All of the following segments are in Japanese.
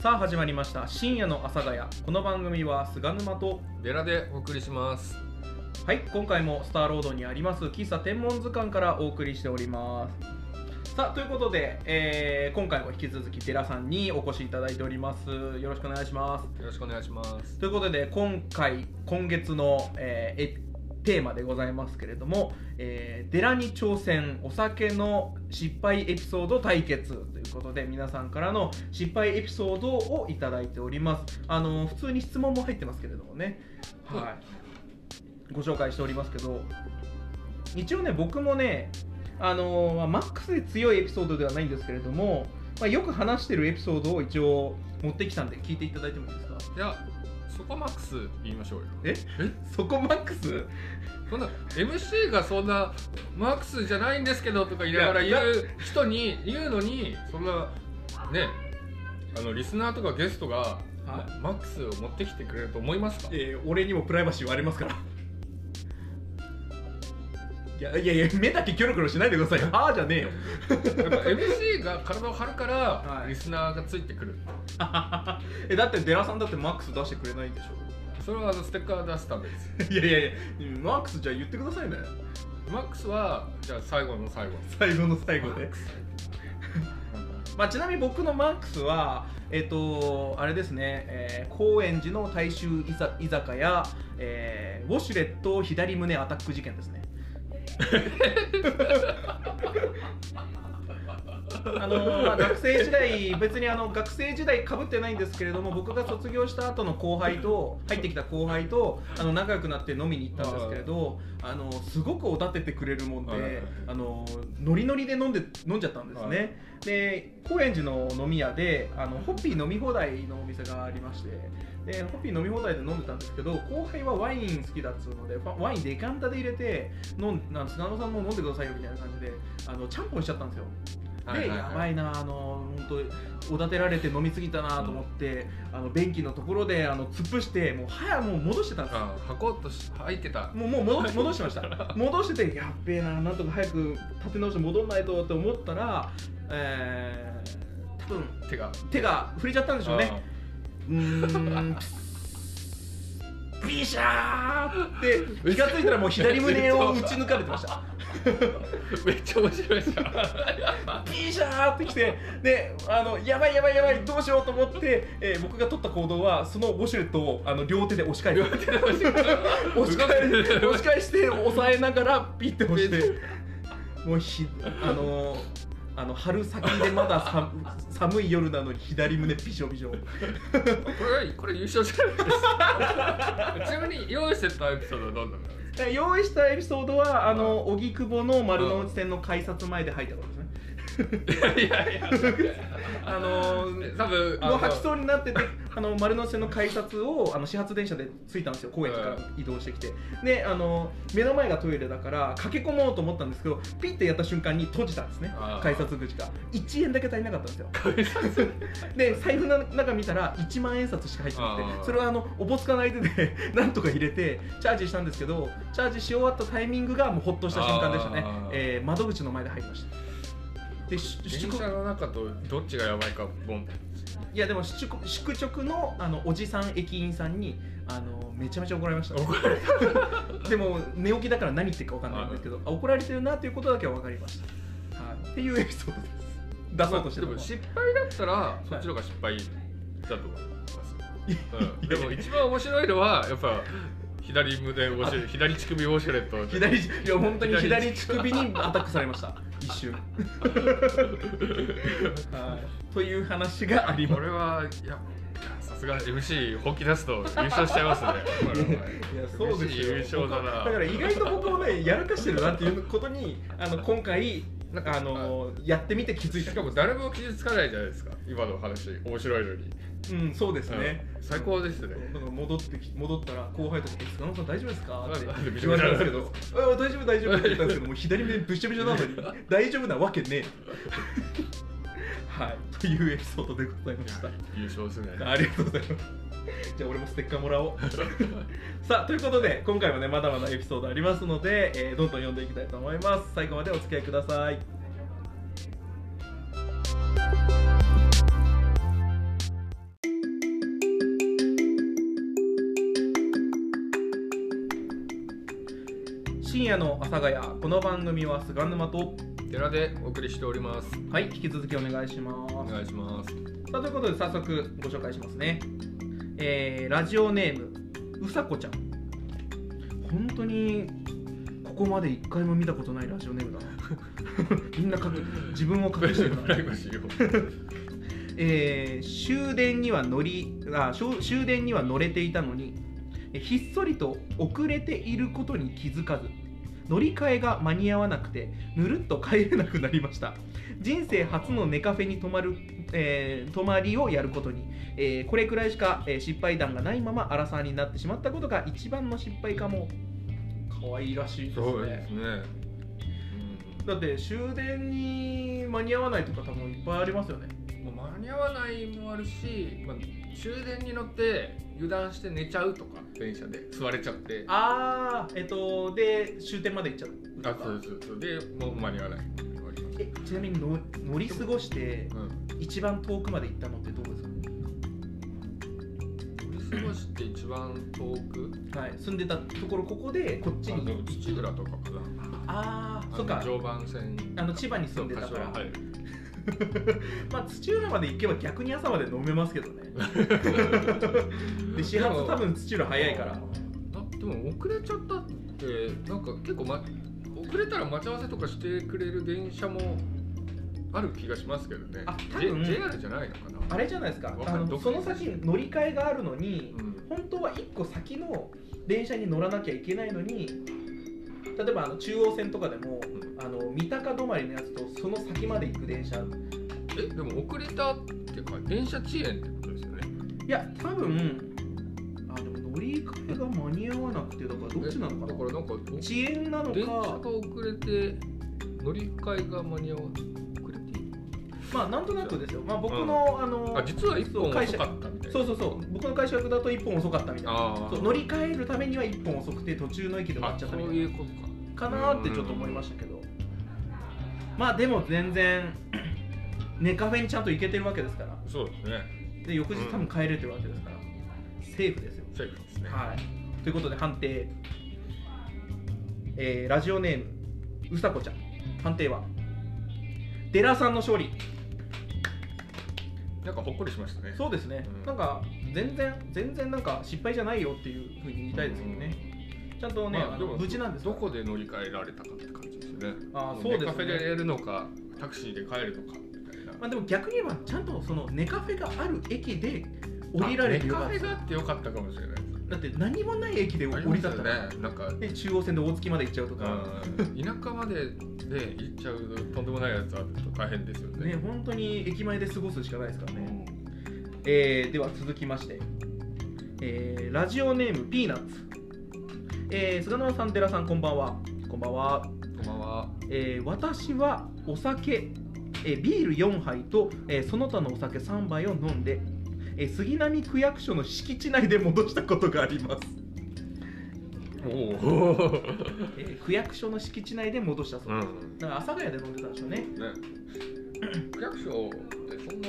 さあ始まりました深夜の阿佐ヶ谷この番組は菅沼とベラでお送りします。はい今回もスターロードにあります喫茶天文図鑑からお送りしておりますさあということで、えー今回も引き続きデラさんにお越しいただいておりますよろしくお願いしますよろしくお願いします。ということで今回今月の、えーえテーマでございますけれども、えー、寺に挑戦お酒の失敗エピソード対決ということで皆さんからの失敗エピソードをいただいておりますあの普通に質問も入ってますけれどもねはいご紹介しておりますけど一応ね僕もねあのまあマックスで強いエピソードではないんですけれども、まあ、よく話してるエピソードを一応持ってきたんで聞いていただいてもいいですかいや、そこマックス言いましょうよ。えそこマックスそんな MC がそんなマックスじゃないんですけどとか言いながらい言やう人に言うのにそんなね、あのリスナーとかゲストがはマックスを持ってきてくれると思いますか？えー俺にもプライバシーはありますからいやいやいや目だけキョロキョロしないでくださいよああじゃねえよやっぱ MC が体を張るかはらいリスナーがついてくる。 えだってデラさんだってマックス出してくれないんでしょそれはあのステッカー出すためで す。いやいやいやマックスじゃあ言ってくださいねマックスはじゃあ最後の最後。最後の最後で、まあ、ちなみに僕のマックスはえっ、とあれですね、えー高円寺の大衆居ざ居酒屋、えーウォシュレット左胸アタック事件 ですねあのまあ、学生時代別にあの学生時代かぶってないんですけれども僕が卒業した後の後輩と入ってきた後輩とあの仲良くなって飲みに行ったんですけれどあのすごくおだててくれるもんはいはいではいあのノリノリで飲んで飲んじゃったんですね、はで高円寺の飲み屋であのホッピー飲み放題のお店がありましてでホッピー飲み放題で飲んでたんですけど後輩はワイン好きだっつうのでファワインデカンタで入れて飲んなん砂野さんも飲んでくださいよみたいな感じであのちゃんぽんしちゃったんですよで、はいはいやはばいいなあの本当おだてられて飲みすぎたなと思って、あの便器のところであの突っ伏してもう早もう戻してたんですよあー、履こうとし履いてた。もうもう戻し戻してました戻しててやっべえななんとか早く立て直して戻んないとって思ったらえー、多分手が。手が触れちゃったんでしょうねうーんビシャーって気が付いたらもう左胸を打ち抜かれてましためっちゃ面白いじゃん。ビシャーってきてであのやばいやばいやばいどうしようと思って、えー僕が取った行動はそのウォシュレットをあの両手で押し返す両手で押し返押し返押し返して押さえながらピッて押してもうひあのーあの春先でまださ寒い夜なのに左胸びしょびしょこれこれ優勝じゃないですかちなみに用意してたエピソードはどんなのなんですで用意したエピソードはあの荻窪の丸の内線の改札前で吐いたことですねかいやいやあのー多分もう吐きそうになってて あの丸の内線の改札をあの始発電車で着いたんですよ高円寺から移動してきて、であの目の前がトイレだから駆け込もうと思ったんですけどピッてやった瞬間に閉じたんですねあー改札口が1円だけ足りなかったんですよ返さ ずで財布の中見たら1万円札しか入ってなくあてーそれはあのおぼつかない手で なんとか入れてチャージしたんですけどチャージし終わったタイミングがもうほっとした瞬間でしたねあー、えー窓口の前で入りましたでし電車の中とどっちがやばいかボンいやでも宿宿直のあのおじさん駅員さんにあのめちゃめちゃ怒られました怒られでも寝起きだから何言ってるか分かんないんですけどあ怒られてるなということだけは分かりました、はい、っていうエピソードです出そうとしてでたも失敗だったらそっちの方が失敗だと思います、うん、でも一番面白いのはやっぱ左胸ウォシュ左乳首ウォシュレット左いや本当に左左乳首にアタックされました一瞬、はい、という話がありまこすれはいやさすが MC 本気出すと優勝しちゃいますねこれはいやそうですよ優勝だなだから意外と僕もねやらかしてるなっていうことにあの今回なんかあのやってみて気づいたしかも誰も傷つかないじゃないですか今の話面白いのに、うん、そうですね。うん最高ですねなんか戻ってき戻ったら後輩たちに「菅野さん大丈夫ですか?」ってなんで言われたんですけど「あ大丈夫大丈夫」って言ったんですけどもう左目ぶっちゃぶちゃなのに「大丈夫なわけねえ」 はいというエピソードでございました。優勝ですねありがとうございます。じゃあ俺もステッカーもらおう。 さあということで今回もねまだまだエピソードありますので、えーどんどん読んでいきたいと思います。最後までお付き合いください。夜の阿佐ヶ谷この番組は菅沼と寺でお送りしておりますはい引き続きお願いしますお願いしますさあということで早速ご紹介しますね、えーラジオネームうさこちゃん本当にここまで一回も見たことないラジオネームだな みんな隠自分を隠してるプなライバシーをえー終電には乗りあ終終電には乗れていたのにえひっそりと遅れていることに気づかず乗り換えが間に合わなくてぬるっと帰れなくなりました人生初のネカフェに泊まる、えー泊まりをやることに、えーこれくらいしか、えー失敗談がないままアラサーになってしまったことが一番の失敗かも可愛いらしいですねそうですね、だって終電に間に合わないとか多分いっぱいありますよねうん、もう間に合わないもあるし、まあ、終電に乗って油断して寝ちゃうとか電車で座れちゃってああえっとで終点まで行っちゃうあそうそうそうでもう間に合わないえちなみにの乗り過ごしてうん一番遠くまで行ったのってどうです乗り過ごして一番遠くかはい住んでたところここでこっちあでもに土浦とかかなあああそっのか常磐線あの千葉に住んでたそうか柏ら、はいまあ土浦まで行けば逆に朝まで飲めますけ どねで始で発も多分土浦早いからあでも遅れちゃったってなんか結構、ま、遅れたら待ち合わせとかしてくれる電車もある気がしますけどねあ多 J- 分 JR じゃないのかなあれじゃないですかわあかんないのどこその先に乗り換えがあるのにうん本当は1個先の電車に乗らなきゃいけないのに例えばあの中央線とかでも、んあの三鷹止まりのやつとその先まで行く電車いえでも遅れたってか電車遅延ってことですよねや多分あでも乗り換えが間に合わなくてだからどっちなのえかだなからなんか遅延なの電車がか遅れて乗り換えが間に合わ遅れていいまあなんとなくですよまあ僕の、あのあ実は1本そう会遅社かったみたいなそうそうそう僕の会社だと1本遅かったみたいなあそうー乗り換えるためには1本遅くて途中の駅で終わあっちゃっそたうみたいないうことかかなってちょっと思いましたけどまあでも全然 ネカフェにちゃんと行けてるわけですからそうですねで翌日多分帰れてるわけですから、セーフですよセーフですねはいということで判定、えーラジオネームうさこちゃん判定はデラさんの勝利なんかほっこりしましたねそうですね、うんなんか全然全然なんか失敗じゃないよっていうふうに言いたいですけどね、ちゃんとね、まああでのも無事なんですかどらこで乗り換えられたかって感じですよね。あーもそうですねネカフェでやるのか、タクシーで帰るのかみたいな。まあ、でも逆に言えばちゃんとそのネカフェがある駅で降りられてよかあっネたカフェがあってよかったかもしれない。だって何もない駅で降ありまりすだよったねら、。なんか、で中央線で大月まで行っちゃうとか、うん田舎までで行っちゃうとんでもないやつあると大変ですよね。ね本当に駅前で過ごすしかないですからうね、んえーでは続きまして、えーラジオネームピーナッツ、えー、菅沼さん寺さんこんばんはこんばんは、こんばんは。えー私はお酒、えービール4杯と、えーその他のお酒3杯を飲んで、えー杉並区役所の敷地内で戻したことがありますおお。えー区役所の敷地内で戻したそううです、 ん。だから阿佐ヶ谷で飲んでたんでしょうねね。区役所ってそんな。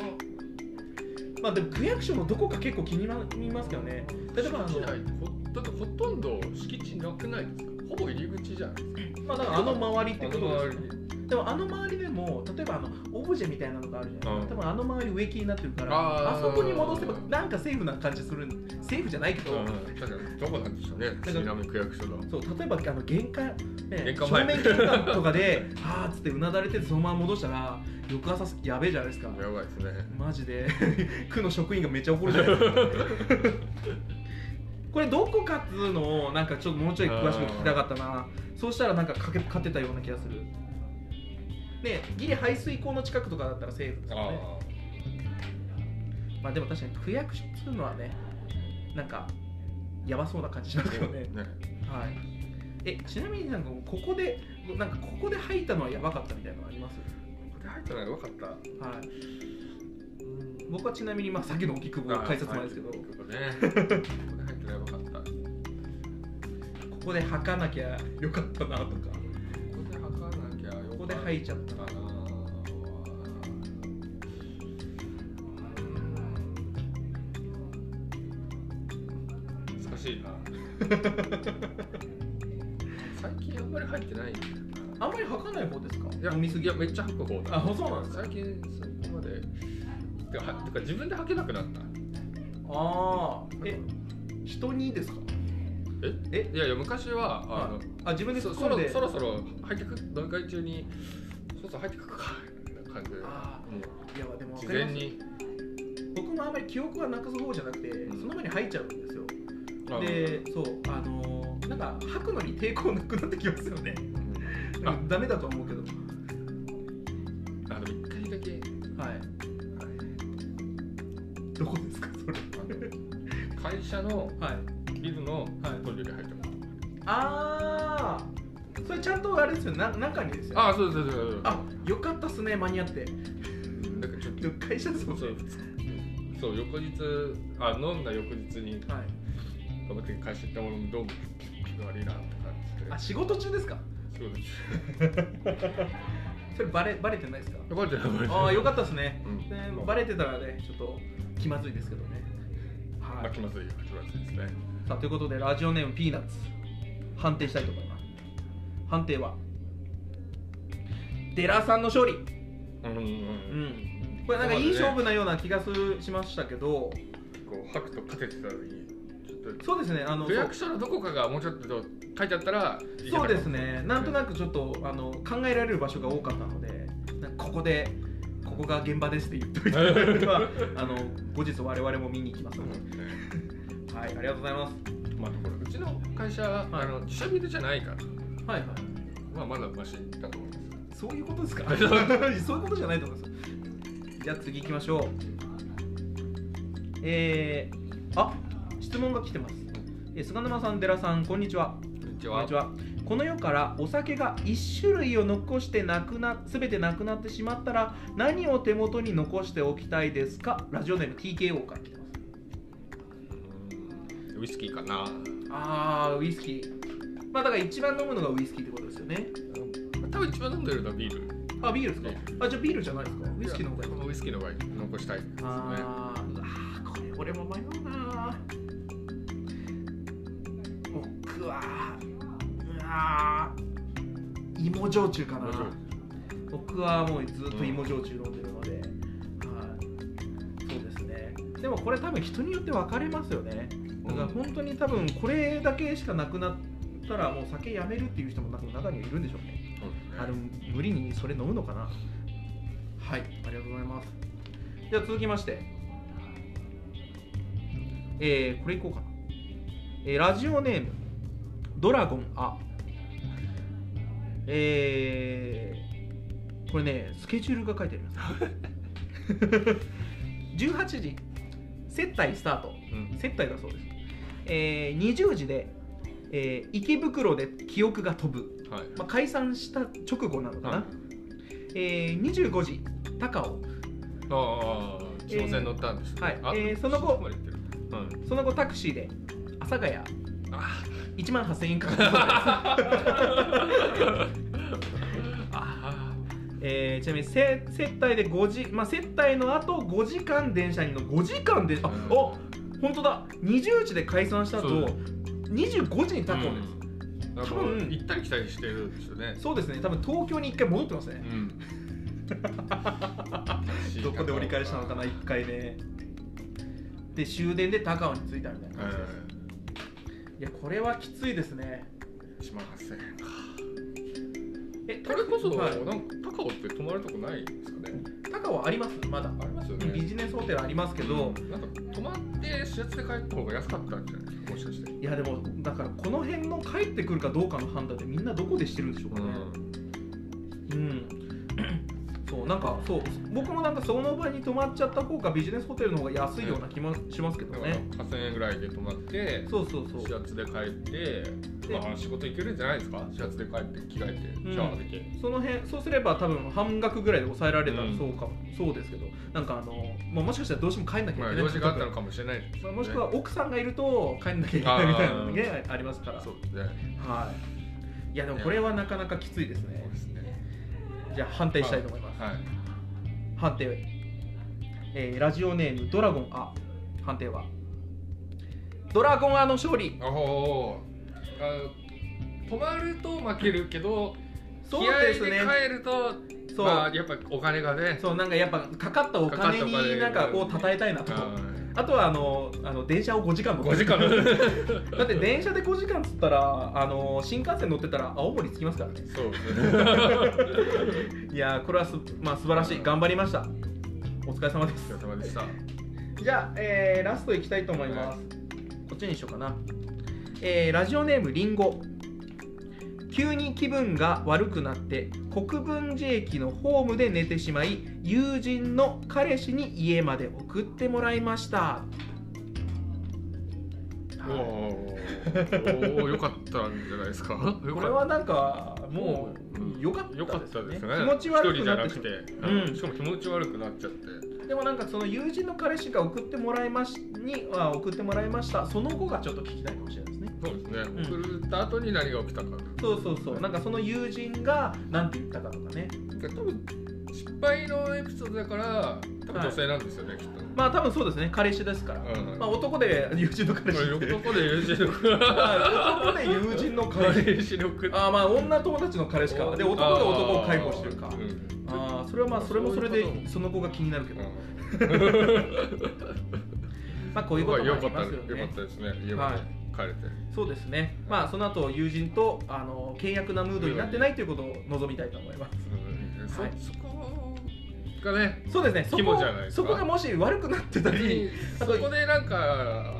まあでも区役所のどこか結構気になりますけどね例えばあ敷の地内ほだってほとんど敷地なくないですか。ほぼ入り口じゃないですか。まあだからあの周りってことですよねあの周りでもあの周りでも例えばあのオブジェみたいなのがあるじゃないですか、う多分あの周り植木になってるからああーそこに戻せばなんかセーフな感じするセーフじゃないけど、うん、確かにどこなんでしょうね杉並区役所のそう例えばあの玄関、ね、玄関正前面玄関とかであーっつってうなだれてそのまま戻したら翌朝やべえじゃないですかやばいですねマジで 区の職員がめっちゃ怒るじゃないですかこれどこかっつうのをなんかちょっともうちょい詳しく聞きたかったなそうしたらなんかかけ勝てたような気がするねギリ排水溝の近くとかだったらセーフですよねあまあでも確かに区役所っつうのはねなんかやばそうな感じしますけどねねはいえちなみになんかここでなんかここで入ったのはやばかったみたいなのありますこれ入ったのが分かったはい僕はちなみにまあさっきの荻窪の解説もあれですけど、ねこれ入ったのが分かったこここで吐かなきゃよかったなとかこで測らなきゃよかったここで吐いちゃったかなな 難しいな最近あんまり入ってないんだよあんまり吐かない方ですかいや飲みすいぎやめっちゃ吐く方だあそうなんですか最近そこまでてかはてか自分で吐けなくなったああえ人にですかいやいや昔はあの、あ自分で突そっそ込んろでそろそろ入ってく飲み会中にそろそろ入ってくかみたいな感じであもいやでもうわ事かります前に僕もあんまり記憶はなくす方じゃなくてんその前に吐いちゃうんですよあでそうあのーなんか吐くのに抵抗なくなってきますよねうんなんかダメだとは思うけどあの一回だけはいどこですかそれあの会社のはいビルはのいトイレに入ってますああそれちゃんとあれですよな中にですよねあそうそうそうそうあよかったっすね間に合ってなんかちょっとでも会社ですもんねそうそう翌日あ飲んだ翌日にはい頑張って会社行ったもののどうも気が悪いなって感じであ仕事中ですかそうですそれバレバレてないですか呼ばれてない呼ばれてないああよかったですねうんねバレてたらねちょっと気まずいですけどねはまあい気まずいよ気まずいですねさあということでラジオネームピーナッツ判定したいと思います判定はデラさんの勝利うんううんうんんこれなんかいい勝負なような気がするしましたけどこう吐くと勝ててたのにちょっとそうですねあの区役所のどこかがもうちょっと書いてあったらいけそたかうもですね、なんとなくちょっとあの考えられる場所が多かったので、なんかここで、ここが現場ですって言っておい てもらえればあの後日、我々も見に行きますそのうで、ですねはい、ありがとうございます。まあこれうちの会社はあの自社ビルじゃないからはいはい、まあまだマシだと思いますそういうことですか そういうことじゃないと思いますよ。じゃあ次行きましょう。えー、あ質問が来てます。えー菅沼さん、寺さん、こんにちは。こんにちこんにちは。この世からお酒が1種類を残してなくな全てなくなってしまったら何を手元に残しておきたいですかラジオネーム TKO から来てますうんウイスキーかなあーウイスキーまあだから一番飲むのがウイスキーってことですよね多分一番飲んでるのはビールあビールですかあじゃあビールじゃないですかウイスキーの方がいいウイスキーの方が残したいですねあーうわーこれ俺も迷うな僕はうわー芋焼酎かな芋焼僕はもうずっと芋焼酎飲んでるので、はいそうですねでもこれ多分人によって分かれますよねだから本当に多分これだけしかなくなったらもう酒やめるっていう人も多分中にはいるんでしょうねそうですねあでも無理にそれ飲むのかなはいありがとうございますじゃあ続きましてえーこれいこうかな、えーラジオネームドラゴンアえーこれねスケジュールが書いてあり ます18時接待スタートうん接待だそうです、えー20時で、えー池袋で記憶が飛ぶはいまあ、解散した直後なのかな、はいえー25時高尾ああ挑戦乗ったんですねはいあえーその後こまで行ってるうんその後タクシーで阿佐ヶ谷あ1万8000円かかったそうですあ えーちなみにせ接待で5時、まあ、接待のあと5時間電車にの5時間であ、うんお本当だ20時で解散したそう後25時に高尾です、うんなんか多分行ったり来たりしてるんですよねそうですね多分東京に1回戻ってますね、どこで折り返したのかな1回目で終電で高尾に着いたみたいな感じです、いやこれはきついですね1万8000円えこれこそ、はいなんか高尾って泊まるとこないですかね高尾はありますまだありますよビねジネスホテルありますけど、なんか泊まって始発で帰った方が安かったんじゃないですかもしかしていやでもだからこの辺の帰ってくるかどうかの判断ってみんなどこでしてるんでしょうかねうん、そうなんかそう僕もなんかその場に泊まっちゃった方がビジネスホテルの方が安いような気もしますけどだからね、 8000円ぐらいで泊まってそうそうそ始う発で帰って、まあ、仕事行けるんじゃないですか始発で帰って着替えうてんシャワー浴びて、その辺そうすれば多分半額ぐらいで抑えられたらうんそうかも、そうですけどなんかあの、まあ、もしかしたらどうしても帰んなきゃいけまなあい、用事があったのかもしれないですね、まあもしくは奥さんがいると帰んなきゃいけないみたいなのもねありますからそうですねはい。いやでもこれはなかなかきついですそうねで。すねじゃあ判定したいと思います。はい判定、えーラジオネームドラゴンア。判定はドラゴンアの勝利。あおーあ泊まると負けるけどそ気合うですでね帰ると、そう、まあ、やっぱお金がねそうなんかやっぱかかったおかかった金お金になんかこうたたえたいなとうんあとはあのあの電車を5時間も5時間 だって電車で5時間っつったらあの新幹線乗ってたら青森着きますからねそういやーこれはす、まあ、素晴らしい頑張りましたお疲れ様でお疲すれ様でしたじゃあ、えーラストいきたいと思います、こっちにしようかな、えーラジオネームりんご急に気分が悪くなって国分寺駅のホームで寝てしまい友人の彼氏に家まで送ってもらいましたおーおーよかったんじゃないですかよこかれはなんかもうんう良かったですねよかったですね気持ち悪一人くじなゃっなてくしまて、うんしかも気持ち悪くなっちゃってうでもなんかその友人の彼氏が送ってもらいましには送ってもらいましたその後がちょっと聞きたいかもしれないですねそうですね、ん送った後に何が起きたかそうそうそうなんかその友人が何て言ったかとかね多分失敗のエピソードだから多分女性なんですよね、きっと、まあ多分そうですね彼氏ですから、うんまあ男で友人の彼氏こってれ男で友人のまあ男で友人の彼氏彼氏のく ああまあ女友達の彼氏かで男が男を介護してるかあーうんああそれはまあそれもそれそういうこでとその子が気になるけど、まあこういうこともまああよかりったまよすよかねったですね家はまいで帰れてそうですねまあその後友人とあの契約なムードになってないということを望みたいと思いますうんそはいそこがねそうですねそ肝こじゃないですそかこがもし悪くなってたりあそとこでなんか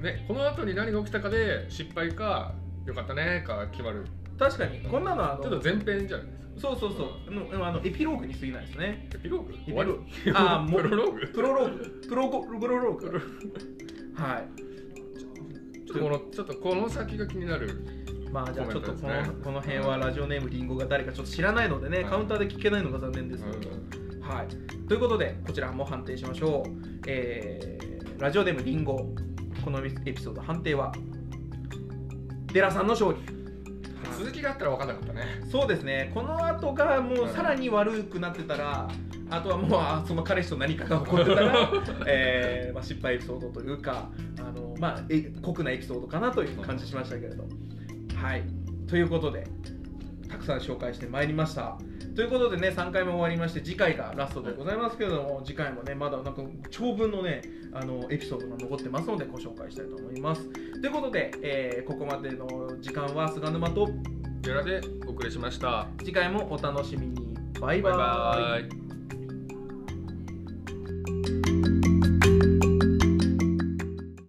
ねこの後に何が起きたかで失敗かよかったねか決まる確かにこんなのはあのちょっと前編じゃないですそうかそうそうあのでもあのエピローグに過ぎないですねエピローグピ終ローわグりあーもうプロローグプロローグ、プロゴプロローグ。はちょっとこのちょっとこの先が気になるい。まあじゃあちょっとコこメの,、ントですねこの辺はラジオネームりんごが誰かちょっと知らないのでね、はいカウンターで聞けないのが残念うですけど、んはい。ということでこちらも判定しましょう。えーラジオネームりんごこのエピソード判定はデラさんの勝利。続きがあったら分かんなかったねそうですね。この後がもうさらに悪くなってたら。あとはもうあその彼氏と何かが起こってたら、えーまあ、失敗エピソードというかあの、まあ、え酷なエピソードかなという感じしましたけれど。はい、ということでたくさん紹介してまいりました。ということでね3回目終わりまして次回がラストでございますけれども次回もねまだなんか長文のねあのエピソードが残ってますのでご紹介したいと思います。ということで、えーここまでの時間は菅沼とゲラでお送りしました次回もお楽しみにバイバイバイバイ